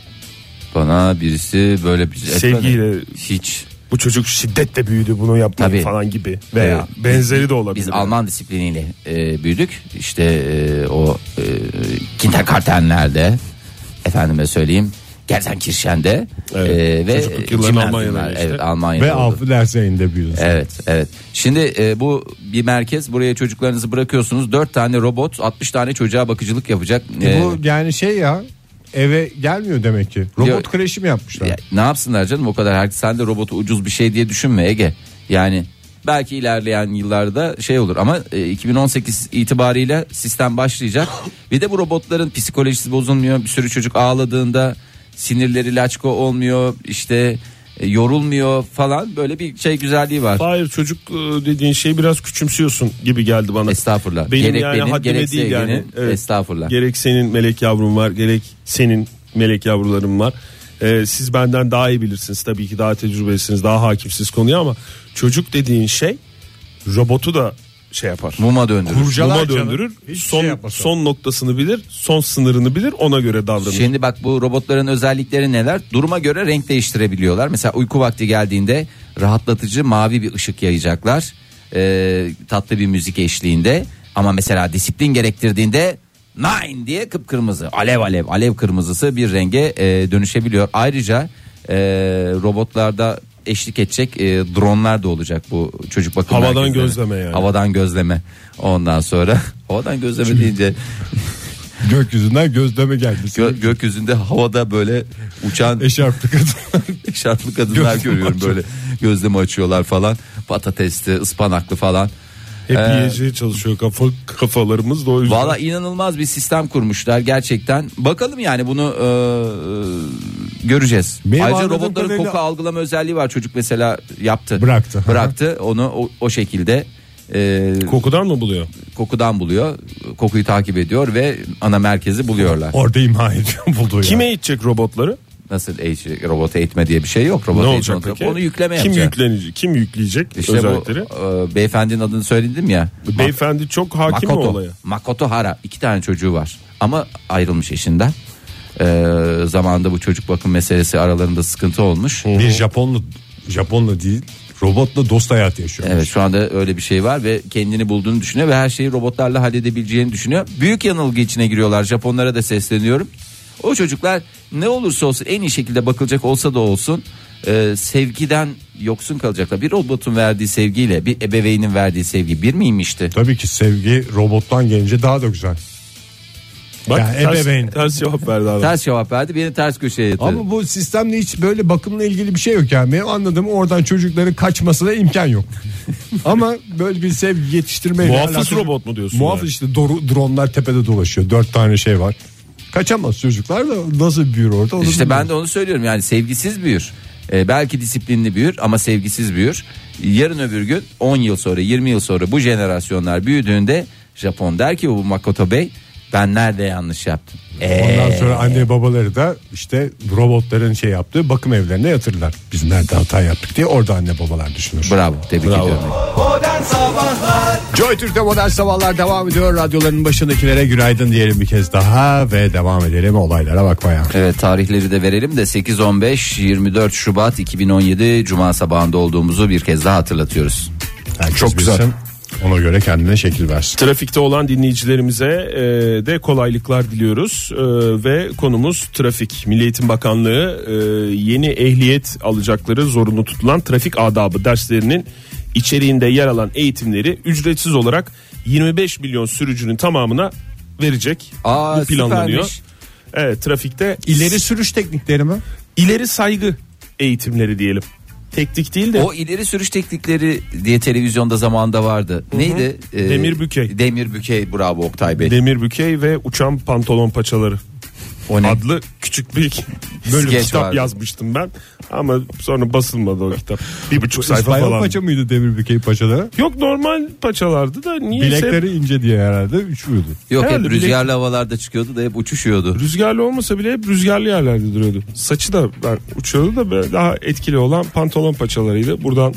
[SPEAKER 4] Bana birisi böyle bir
[SPEAKER 3] Sevgiyle-
[SPEAKER 4] hiç
[SPEAKER 3] Bu çocuk şiddetle büyüdü bunu yapmayın
[SPEAKER 4] Tabii.
[SPEAKER 3] falan gibi. Veya
[SPEAKER 4] Evet.
[SPEAKER 3] benzeri de olabilir.
[SPEAKER 4] Biz Alman disipliniyle e, büyüdük. İşte e, o e, kindergartenlerde efendime söyleyeyim Gelsenkirchen'de
[SPEAKER 3] Evet.
[SPEAKER 4] e, ve
[SPEAKER 3] Çocukluk yılların
[SPEAKER 4] Gymnasiumlar,
[SPEAKER 3] Almanya'da geçti.
[SPEAKER 4] evet, Almanya'da
[SPEAKER 2] Ve
[SPEAKER 4] oldu.
[SPEAKER 2] altı ders ayında büyüdüm.
[SPEAKER 4] Evet evet. Şimdi e, bu bir merkez buraya çocuklarınızı bırakıyorsunuz. 4 tane robot 60 tane çocuğa bakıcılık yapacak. E,
[SPEAKER 2] Bu yani şey ya eve gelmiyor demek ki.
[SPEAKER 4] Yok.
[SPEAKER 2] Robot kreşi mi yapmışlar?
[SPEAKER 4] ya, ne yapsınlar canım o kadar herkes sen de robotu ucuz bir şey diye düşünme Ege. Yani belki ilerleyen yıllarda şey olur ama e, 2018 itibariyle sistem başlayacak. Bir de bu robotların psikolojisi bozulmuyor. Bir sürü çocuk ağladığında sinirleri laçko olmuyor. işte e, yorulmuyor falan böyle bir şey güzelliği var.
[SPEAKER 3] Hayır çocuk e, dediğin şeyi biraz küçümsüyorsun gibi geldi bana.
[SPEAKER 4] Estağfurullah.
[SPEAKER 3] Benim
[SPEAKER 4] Gerek
[SPEAKER 3] yani
[SPEAKER 4] benim,
[SPEAKER 3] haddime
[SPEAKER 4] gerekse
[SPEAKER 3] değil yani.
[SPEAKER 4] Ege'nin. Estağfurullah.
[SPEAKER 3] Gerek senin melek yavrum var gerek senin melek yavrularım var. Ee, siz benden daha iyi bilirsiniz tabii ki daha tecrübelisiniz daha hakimsiniz konuya ama çocuk dediğin şey robotu da şey yapar.
[SPEAKER 4] Muma döndürür.
[SPEAKER 2] Kurcalar
[SPEAKER 3] Kurcalama
[SPEAKER 2] canım.
[SPEAKER 3] döndürür.
[SPEAKER 2] Hiçbir
[SPEAKER 3] son
[SPEAKER 2] şey yapmaz o.
[SPEAKER 3] son noktasını bilir, son sınırını bilir, ona göre davranır.
[SPEAKER 4] Şimdi bak bu robotların özellikleri neler? Duruma göre renk değiştirebiliyorlar. Mesela uyku vakti geldiğinde rahatlatıcı mavi bir ışık yayacaklar. Ee, tatlı bir müzik eşliğinde. Ama mesela disiplin gerektirdiğinde nine diye kıpkırmızı alev alev alev kırmızısı bir renge e, dönüşebiliyor. Ayrıca e, robotlarda eşlik edecek e, dronlar da olacak bu çocuk bakım
[SPEAKER 3] Havadan
[SPEAKER 4] merkezlerine.
[SPEAKER 3] gözleme yani.
[SPEAKER 4] Havadan gözleme. Ondan sonra havadan gözleme deyince
[SPEAKER 2] Gökyüzünden gözleme geldi.
[SPEAKER 4] Gö- gökyüzünde havada böyle uçan
[SPEAKER 2] Eşarplı kadın.
[SPEAKER 4] şartlı kadınlar
[SPEAKER 2] Gözleme
[SPEAKER 4] görüyorum
[SPEAKER 2] açıyor.
[SPEAKER 4] böyle gözlemi açıyorlar falan patatesli ıspanaklı falan.
[SPEAKER 2] Hep
[SPEAKER 4] Ee,
[SPEAKER 2] yiyeceği çalışıyor kafa,
[SPEAKER 3] Kafalarımız da o yüzden.
[SPEAKER 4] Valla inanılmaz bir sistem kurmuşlar gerçekten. Bakalım yani bunu e, e, göreceğiz.
[SPEAKER 2] Benim
[SPEAKER 4] Ayrıca
[SPEAKER 2] anladığım
[SPEAKER 4] robotların
[SPEAKER 2] kadarıyla-
[SPEAKER 4] koku algılama özelliği var. Çocuk mesela yaptı.
[SPEAKER 2] Bıraktı.
[SPEAKER 4] Bıraktı. Onu o, o şekilde e,
[SPEAKER 3] Kokudan mı buluyor?
[SPEAKER 4] kokudan buluyor. Kokuyu takip ediyor ve ana merkezi buluyorlar.
[SPEAKER 2] Orada imha ediyor buldu ya.
[SPEAKER 3] Kime itecek robotları?
[SPEAKER 4] Nasıl eğitim, robota eğitme diye bir şey yok. Robot
[SPEAKER 3] ne
[SPEAKER 4] eğitme
[SPEAKER 3] olacak
[SPEAKER 4] olacak.
[SPEAKER 3] peki?
[SPEAKER 4] Onu yükleme
[SPEAKER 3] Kim
[SPEAKER 4] yapacak.
[SPEAKER 3] yüklenecek? Kim yükleyecek
[SPEAKER 4] İşte
[SPEAKER 3] özellikleri?
[SPEAKER 4] bu e, beyefendinin adını söyledim ya.
[SPEAKER 3] Beyefendi çok hakim mi
[SPEAKER 4] Makoto.
[SPEAKER 3] olaya?
[SPEAKER 4] Makoto Hara iki tane çocuğu var ama ayrılmış eşinden. Ee, zamanında bu çocuk bakım meselesi aralarında sıkıntı olmuş.
[SPEAKER 2] Bir Japonlu Japonla değil robotla dost hayatı yaşıyor.
[SPEAKER 4] Evet şu anda öyle bir şey var ve kendini bulduğunu düşünüyor ve her şeyi robotlarla halledebileceğini düşünüyor. Büyük yanılgı içine giriyorlar. Japonlara da sesleniyorum. O çocuklar ne olursa olsun en iyi şekilde bakılacak olsa da olsun e, sevgiden yoksun kalacaklar. Bir robotun verdiği sevgiyle bir ebeveynin verdiği sevgi bir miymişti?
[SPEAKER 2] Tabii ki sevgi robottan gelince daha da güzel.
[SPEAKER 3] Bak
[SPEAKER 2] Ya ebeveyn.
[SPEAKER 3] ters, ters cevap verdi adam.
[SPEAKER 4] Ters cevap verdi beni ters köşeye yatırdı.
[SPEAKER 2] Ama bu sistemle hiç böyle bakımla ilgili bir şey yok yani. Benim anladığım oradan çocukların kaçmasına imkan yok. Ama böyle bir sevgi yetiştirmeyle
[SPEAKER 3] Muhafız
[SPEAKER 2] alakalı-
[SPEAKER 3] robot mu diyorsun
[SPEAKER 2] Muhafız
[SPEAKER 3] yani?
[SPEAKER 2] işte doğru, dronlar tepede dolaşıyor. Dört tane şey var. Kaçamaz çocuklar da nasıl büyür orada onu
[SPEAKER 4] İşte ben
[SPEAKER 2] bilmiyorum.
[SPEAKER 4] de onu söylüyorum yani sevgisiz büyür. Ee, belki disiplinli büyür ama sevgisiz büyür. Yarın öbür gün 10 yıl sonra 20 yıl sonra bu jenerasyonlar büyüdüğünde Japon der ki bu Makoto Bey ben nerede yanlış yaptım.
[SPEAKER 2] Eh.
[SPEAKER 4] Ee,
[SPEAKER 2] Ondan sonra anne babaları da işte robotların şey yaptığı bakım evlerine yatırırlar. Biz nerede hata yaptık diye orada anne babalar düşünür.
[SPEAKER 4] bravo tebrik ediyorum.
[SPEAKER 5] Modern Sabahlar
[SPEAKER 2] Joy Türk'te modern sabahlar devam ediyor. Radyoların başındakilere günaydın diyelim bir kez daha ve devam edelim olaylara bakmaya.
[SPEAKER 4] Evet tarihleri de verelim de 8-15 24 Şubat 2017 Cuma sabahında olduğumuzu bir kez daha hatırlatıyoruz.
[SPEAKER 2] Herkes
[SPEAKER 3] Çok güzel.
[SPEAKER 2] bilsin, Ona göre kendine şekil versin.
[SPEAKER 3] Trafikte olan dinleyicilerimize e, de kolaylıklar diliyoruz E, ve konumuz trafik. Milli Eğitim Bakanlığı e, yeni ehliyet alacakları zorunlu tutulan trafik adabı derslerinin içeriğinde yer alan eğitimleri ücretsiz olarak 25 milyon sürücünün tamamına verecek.
[SPEAKER 4] Aa,
[SPEAKER 3] Bu planlanıyor.
[SPEAKER 4] süpermiş.
[SPEAKER 3] Evet trafikte
[SPEAKER 2] İleri sürüş teknikleri mi?
[SPEAKER 3] ileri saygı eğitimleri diyelim. Teknik değil de
[SPEAKER 4] O ileri sürüş teknikleri diye televizyonda zamanda vardı. Neydi? Ee,
[SPEAKER 3] Demir bükey.
[SPEAKER 4] Demir bükey bravo Oktay Bey.
[SPEAKER 3] demir bükey ve uçan pantolon paçaları.
[SPEAKER 4] o ne?
[SPEAKER 3] adlı küçük bir bölüm
[SPEAKER 4] Skeç
[SPEAKER 3] kitap
[SPEAKER 4] vardı.
[SPEAKER 3] yazmıştım ben. Ama sonra basılmadı o kitap. Bir buçuk sayfa
[SPEAKER 2] İspanyol
[SPEAKER 3] falan.
[SPEAKER 2] paça mıydı demir bükey paçaları?
[SPEAKER 3] Yok normal paçalardı da niye
[SPEAKER 2] Bilekleri ince diye herhalde uçuyordu.
[SPEAKER 4] Yok
[SPEAKER 3] Herhalde
[SPEAKER 4] hep
[SPEAKER 3] bilek-
[SPEAKER 4] rüzgarlı havalarda çıkıyordu da hep uçuşuyordu.
[SPEAKER 3] rüzgarlı olmasa bile hep rüzgarlı yerlerde duruyordu. Saçı da ben uçuyordu da böyle daha etkili olan pantolon paçalarıydı. Buradan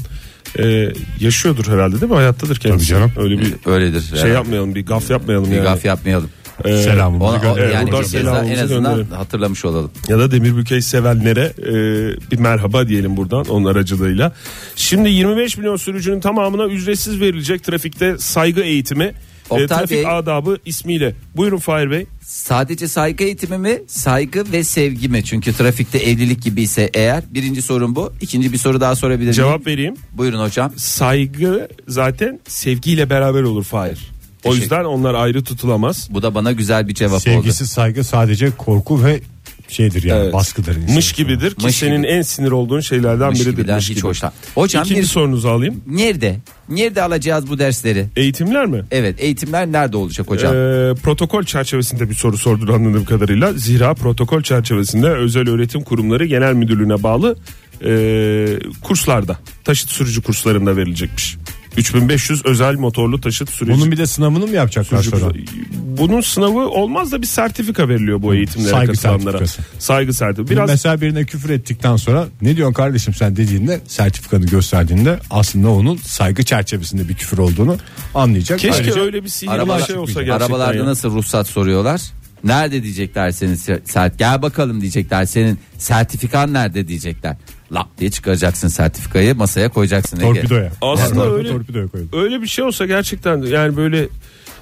[SPEAKER 3] e, yaşıyordur herhalde değil mi? Hayattadır kendisi.
[SPEAKER 2] Tabii canım.
[SPEAKER 3] Öyle bir
[SPEAKER 4] Öyledir.
[SPEAKER 3] şey yapmayalım bir gaf yapmayalım
[SPEAKER 4] Bir
[SPEAKER 3] yani.
[SPEAKER 4] gaf yapmayalım.
[SPEAKER 3] E,
[SPEAKER 2] Ee, Selamımızı
[SPEAKER 4] Ona,
[SPEAKER 2] gönder-
[SPEAKER 3] evet,
[SPEAKER 4] yani
[SPEAKER 3] buradan
[SPEAKER 4] bir kez daha en
[SPEAKER 3] selamımızı
[SPEAKER 4] azından
[SPEAKER 3] gönderelim.
[SPEAKER 4] hatırlamış olalım.
[SPEAKER 3] ya da Demir Bükey sevenlere e, bir merhaba diyelim buradan onun aracılığıyla. Şimdi 25 milyon sürücünün tamamına ücretsiz verilecek trafikte saygı eğitimi
[SPEAKER 4] Oktay
[SPEAKER 3] e, trafik
[SPEAKER 4] Bey.
[SPEAKER 3] adabı ismiyle. Buyurun Fahir Bey.
[SPEAKER 4] Sadece saygı eğitimi mi? Saygı ve sevgi mi? Çünkü trafikte evlilik gibi ise eğer birinci sorun bu. İkinci bir soru daha sorabilir miyim?
[SPEAKER 3] Cevap vereyim.
[SPEAKER 4] Buyurun hocam.
[SPEAKER 3] Saygı zaten sevgiyle beraber olur Fahir. O
[SPEAKER 4] Teşekkür-
[SPEAKER 3] yüzden onlar ayrı tutulamaz.
[SPEAKER 4] Bu da bana güzel bir cevap oldu.
[SPEAKER 2] Sevgisiz saygı sadece korku ve şeydir yani
[SPEAKER 3] Evet.
[SPEAKER 2] baskıdır. insan.
[SPEAKER 3] Mış gibidir ki
[SPEAKER 4] Mış
[SPEAKER 3] senin
[SPEAKER 4] gibi.
[SPEAKER 3] en sinir olduğun şeylerden
[SPEAKER 4] Mış
[SPEAKER 3] biridir.
[SPEAKER 4] gibiler
[SPEAKER 3] mış
[SPEAKER 4] hiç
[SPEAKER 3] gibi.
[SPEAKER 4] hoşlan- Hocam
[SPEAKER 3] İkinci
[SPEAKER 4] bir-
[SPEAKER 3] sorunuzu alayım.
[SPEAKER 4] Nerede? Nerede alacağız bu dersleri?
[SPEAKER 3] Eğitimler mi?
[SPEAKER 4] Evet eğitimler nerede olacak hocam?
[SPEAKER 3] Ee, protokol çerçevesinde bir soru sordun anladığım kadarıyla. Zira protokol çerçevesinde özel öğretim kurumları genel müdürlüğüne bağlı e, kurslarda taşıt sürücü kurslarında verilecekmiş. 3500 özel motorlu taşıt sürücü.
[SPEAKER 2] Bunun bir de sınavını mı yapacaklar
[SPEAKER 3] sürücü
[SPEAKER 2] sonra?
[SPEAKER 3] kursu- Bunun sınavı olmaz da bir sertifika veriliyor bu eğitimlere
[SPEAKER 2] Saygı
[SPEAKER 3] katılanlara.
[SPEAKER 2] sertifikası.
[SPEAKER 3] Saygı sertifikası. Biraz
[SPEAKER 2] Mesela birine küfür ettikten sonra ne diyorsun kardeşim sen dediğinde sertifikanı gösterdiğinde aslında onun saygı çerçevesinde bir küfür olduğunu anlayacak.
[SPEAKER 3] keşke
[SPEAKER 2] Ayrıca
[SPEAKER 3] öyle bir sihirli
[SPEAKER 4] Arabalar-
[SPEAKER 3] şey olsa gerçekten.
[SPEAKER 4] Arabalarda
[SPEAKER 3] ya.
[SPEAKER 4] nasıl ruhsat soruyorlar? Nerede diyecekler senin se- sert gel bakalım diyecekler senin sertifikan nerede diyecekler. Lap diye çıkaracaksın sertifikayı masaya koyacaksın. Ege.
[SPEAKER 2] Torpidoya.
[SPEAKER 3] Aslında
[SPEAKER 2] Torpido-
[SPEAKER 3] öyle-
[SPEAKER 2] Torpidoya koyalım.
[SPEAKER 3] Öyle bir şey olsa gerçekten yani böyle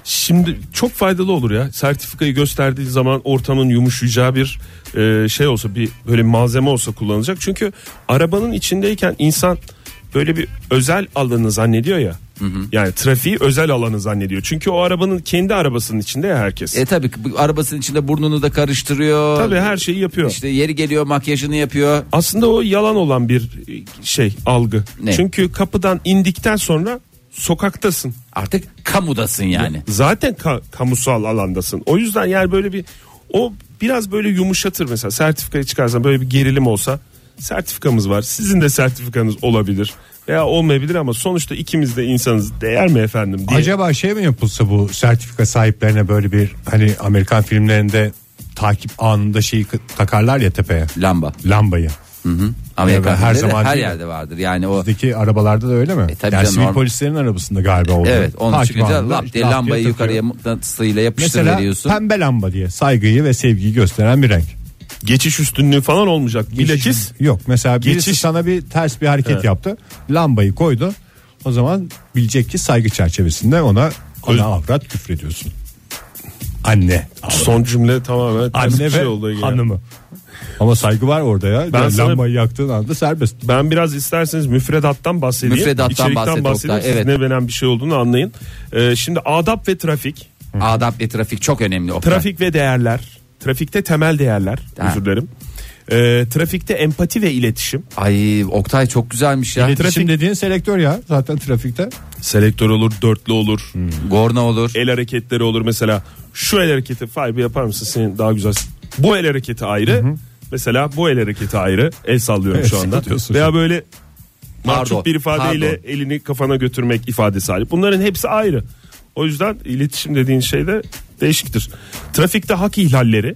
[SPEAKER 3] şimdi çok faydalı olur ya. Sertifikayı gösterdiği zaman ortamın yumuşayacağı bir e, şey olsa bir böyle malzeme olsa kullanılacak. Çünkü arabanın içindeyken insan böyle bir özel alanı zannediyor ya. Yani trafiği özel alanı zannediyor. Çünkü o arabanın kendi arabasının içinde ya herkes.
[SPEAKER 4] E tabii ki bu arabasının içinde burnunu da karıştırıyor.
[SPEAKER 3] Tabii her şeyi yapıyor.
[SPEAKER 4] İşte yeri geliyor makyajını yapıyor.
[SPEAKER 3] Aslında o yalan olan bir e, şey algı.
[SPEAKER 4] Ne?
[SPEAKER 3] Çünkü kapıdan indikten sonra sokaktasın.
[SPEAKER 4] Artık kamudasın yani.
[SPEAKER 3] Zaten ka- kamusal alandasın. O yüzden yani böyle bir o biraz böyle yumuşatır mesela sertifikayı çıkarsan böyle bir gerilim olsa sertifikamız var. Sizin de sertifikanız olabilir veya olmayabilir ama sonuçta ikimiz de insanız. Değer mi efendim diye.
[SPEAKER 2] Acaba şey mi yapılsa bu sertifika sahiplerine böyle bir hani Amerikan filmlerinde takip anında şeyi k- takarlar ya tepeye.
[SPEAKER 4] Lamba.
[SPEAKER 2] Lambayı.
[SPEAKER 4] Amerika
[SPEAKER 2] Evet, her
[SPEAKER 4] her
[SPEAKER 2] zaman
[SPEAKER 4] her
[SPEAKER 2] değil.
[SPEAKER 4] yerde vardır. Yani o
[SPEAKER 2] Bizdeki arabalarda da öyle mi?
[SPEAKER 4] E, tabii
[SPEAKER 2] yani
[SPEAKER 4] canım,
[SPEAKER 2] sivil
[SPEAKER 4] normal.
[SPEAKER 2] polislerin arabasında galiba oldu.
[SPEAKER 4] evet onun
[SPEAKER 2] Takip
[SPEAKER 4] çıkınca
[SPEAKER 2] anında
[SPEAKER 4] lap diye
[SPEAKER 2] lap
[SPEAKER 4] lambayı
[SPEAKER 2] takıyor.
[SPEAKER 4] yukarıya mıknatısıyla
[SPEAKER 2] Mesela
[SPEAKER 4] yapıştırıveriyorsun.
[SPEAKER 2] pembe lamba diye saygıyı ve sevgiyi gösteren bir renk.
[SPEAKER 3] Geçiş üstünlüğü falan olmayacak. Bilakis
[SPEAKER 2] Yok mesela birisi
[SPEAKER 3] Geçiş-
[SPEAKER 2] sana bir ters bir hareket yaptı. Lambayı koydu. O zaman bilecek ki saygı çerçevesinde ona
[SPEAKER 3] Öz-
[SPEAKER 2] ona avrat küfrediyorsun. Anne.
[SPEAKER 3] son cümle tamamen ters bir
[SPEAKER 2] Anne ve
[SPEAKER 3] şey oldu. Ege.
[SPEAKER 2] hanımı. Ama saygı var orada ya.
[SPEAKER 3] Ben
[SPEAKER 2] Yani
[SPEAKER 3] sana-
[SPEAKER 2] Lambayı yaktığın anda serbest.
[SPEAKER 3] Ben biraz isterseniz müfredattan bahsedeyim.
[SPEAKER 4] Müfredattan bahset
[SPEAKER 3] İçerikten bahsedeyim.
[SPEAKER 4] Oktay,
[SPEAKER 3] Siz
[SPEAKER 4] evet.
[SPEAKER 3] ne veren bir şey olduğunu anlayın. Ee, şimdi adap ve trafik.
[SPEAKER 4] Adap ve trafik çok önemli. Oktay.
[SPEAKER 3] Trafik ve değerler. Trafikte temel değerler.
[SPEAKER 4] Ha.
[SPEAKER 3] Özür dilerim. Ee, trafikte empati ve iletişim.
[SPEAKER 4] Ay Oktay çok güzelmiş ya.
[SPEAKER 2] İletişim dediğin selektör ya zaten trafikte.
[SPEAKER 3] Selektör olur, dörtlü olur.
[SPEAKER 4] Hmm. Gorna olur.
[SPEAKER 3] El hareketleri olur mesela. Şu el hareketi Fay bir yapar mısın senin daha güzel. Bu el hareketi ayrı. Mesela bu el hareketi ayrı. El sallıyorum
[SPEAKER 2] Evet,
[SPEAKER 3] şu anda.
[SPEAKER 2] sallıyorsun şu
[SPEAKER 3] Veya
[SPEAKER 2] an.
[SPEAKER 3] böyle
[SPEAKER 4] Pardon,
[SPEAKER 3] mahcup bir ifadeyle elini kafana götürmek ifadesi hali. Bunların hepsi ayrı. O yüzden iletişim dediğin şey de değişiktir. Trafikte hak ihlalleri.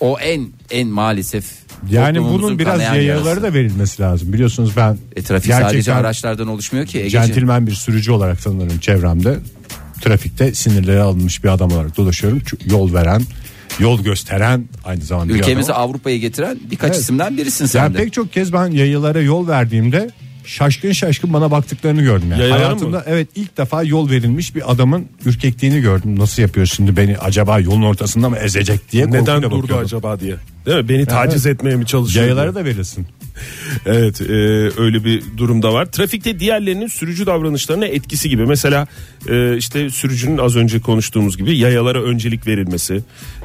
[SPEAKER 4] O en en maalesef.
[SPEAKER 2] Yani
[SPEAKER 4] toplumumuzun
[SPEAKER 2] bunun biraz
[SPEAKER 4] kanayan
[SPEAKER 2] yayaları
[SPEAKER 4] yarası.
[SPEAKER 2] da verilmesi lazım. Biliyorsunuz ben
[SPEAKER 4] E, trafik sadece araçlardan oluşmuyor ki. Egeciğim.
[SPEAKER 2] centilmen bir sürücü olarak tanınırım çevremde. Trafikte sinirleri alınmış bir adam olarak dolaşıyorum. Çünkü Yol veren, yol gösteren aynı zamanda bir
[SPEAKER 4] Ülkemizi
[SPEAKER 2] adamım.
[SPEAKER 4] Avrupa'ya getiren birkaç
[SPEAKER 2] Evet.
[SPEAKER 4] isimden birisin sen
[SPEAKER 2] Yani
[SPEAKER 4] de.
[SPEAKER 2] pek çok kez ben yayılara yol verdiğimde şaşkın şaşkın bana baktıklarını gördüm. Yani.
[SPEAKER 3] Yayalara
[SPEAKER 2] Hayatımda
[SPEAKER 3] mı?
[SPEAKER 2] evet ilk defa yol verilmiş bir adamın ürkekliğini gördüm. Nasıl yapıyor şimdi beni acaba yolun ortasında mı ezecek diye
[SPEAKER 3] Neden
[SPEAKER 2] korkuyla
[SPEAKER 3] durdu
[SPEAKER 2] bakıyordum.
[SPEAKER 3] acaba diye. Değil mi? Beni taciz etmeye mi çalışıyor?
[SPEAKER 2] Yayalara da verilsin.
[SPEAKER 3] Evet e, öyle bir durumda var. Trafikte diğerlerinin sürücü davranışlarına etkisi gibi. Mesela e, işte sürücünün az önce konuştuğumuz gibi yayalara öncelik verilmesi.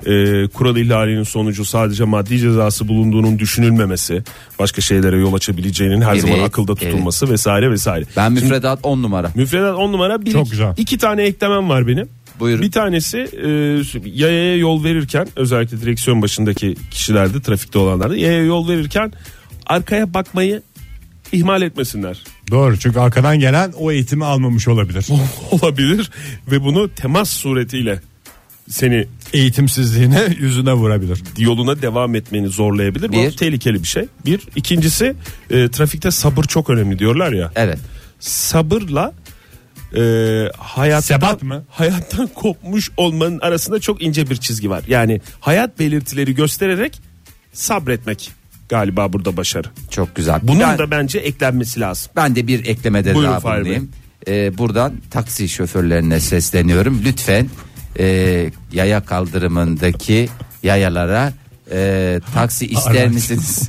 [SPEAKER 3] e, kural ihlalinin sonucu sadece maddi cezası bulunduğunun düşünülmemesi. Başka şeylere yol açabileceğinin her
[SPEAKER 4] Evet,
[SPEAKER 3] zaman akılda tutulması vesaire vesaire.
[SPEAKER 4] Ben müfredat 10 numara.
[SPEAKER 3] Müfredat 10 numara bir,
[SPEAKER 2] Çok güzel.
[SPEAKER 3] iki tane eklemem var benim.
[SPEAKER 4] Buyurun.
[SPEAKER 3] Bir tanesi e, yayaya yol verirken özellikle direksiyon başındaki kişilerde trafikte olanlarda yayaya yol verirken arkaya bakmayı ihmal etmesinler.
[SPEAKER 2] Doğru çünkü arkadan gelen o eğitimi almamış olabilir.
[SPEAKER 3] Olabilir ve bunu temas suretiyle seni
[SPEAKER 2] Eğitimsizliğine yüzüne vurabilir.
[SPEAKER 3] yoluna devam etmeni zorlayabilir.
[SPEAKER 4] Bir.
[SPEAKER 3] Bu tehlikeli bir şey. Bir. İkincisi e, trafikte sabır çok önemli diyorlar ya.
[SPEAKER 4] Evet.
[SPEAKER 3] sabırla e, hayattan,
[SPEAKER 2] Sebat mı?
[SPEAKER 3] hayattan kopmuş olmanın arasında çok ince bir çizgi var. Yani hayat belirtileri göstererek sabretmek galiba burada başarı.
[SPEAKER 4] Çok güzel.
[SPEAKER 3] Bunun
[SPEAKER 4] ben,
[SPEAKER 3] da bence eklenmesi lazım.
[SPEAKER 4] ben de bir eklemede
[SPEAKER 3] Buyurun
[SPEAKER 4] daha
[SPEAKER 3] Fahri Bey.
[SPEAKER 4] bulunayım. Ee, buradan taksi şoförlerine sesleniyorum. Lütfen e, yaya kaldırımındaki yayalara e, taksi ister
[SPEAKER 2] Araç.
[SPEAKER 4] misiniz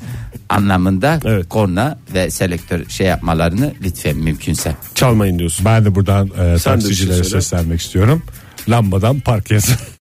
[SPEAKER 4] anlamında
[SPEAKER 3] Evet.
[SPEAKER 4] korna ve selektör şey yapmalarını lütfen mümkünse.
[SPEAKER 3] Çalmayın diyorsun.
[SPEAKER 2] Ben de buradan e,
[SPEAKER 3] Sen de bir şey
[SPEAKER 2] taksicilere
[SPEAKER 3] söyle.
[SPEAKER 2] seslenmek istiyorum. Lambadan park yazın.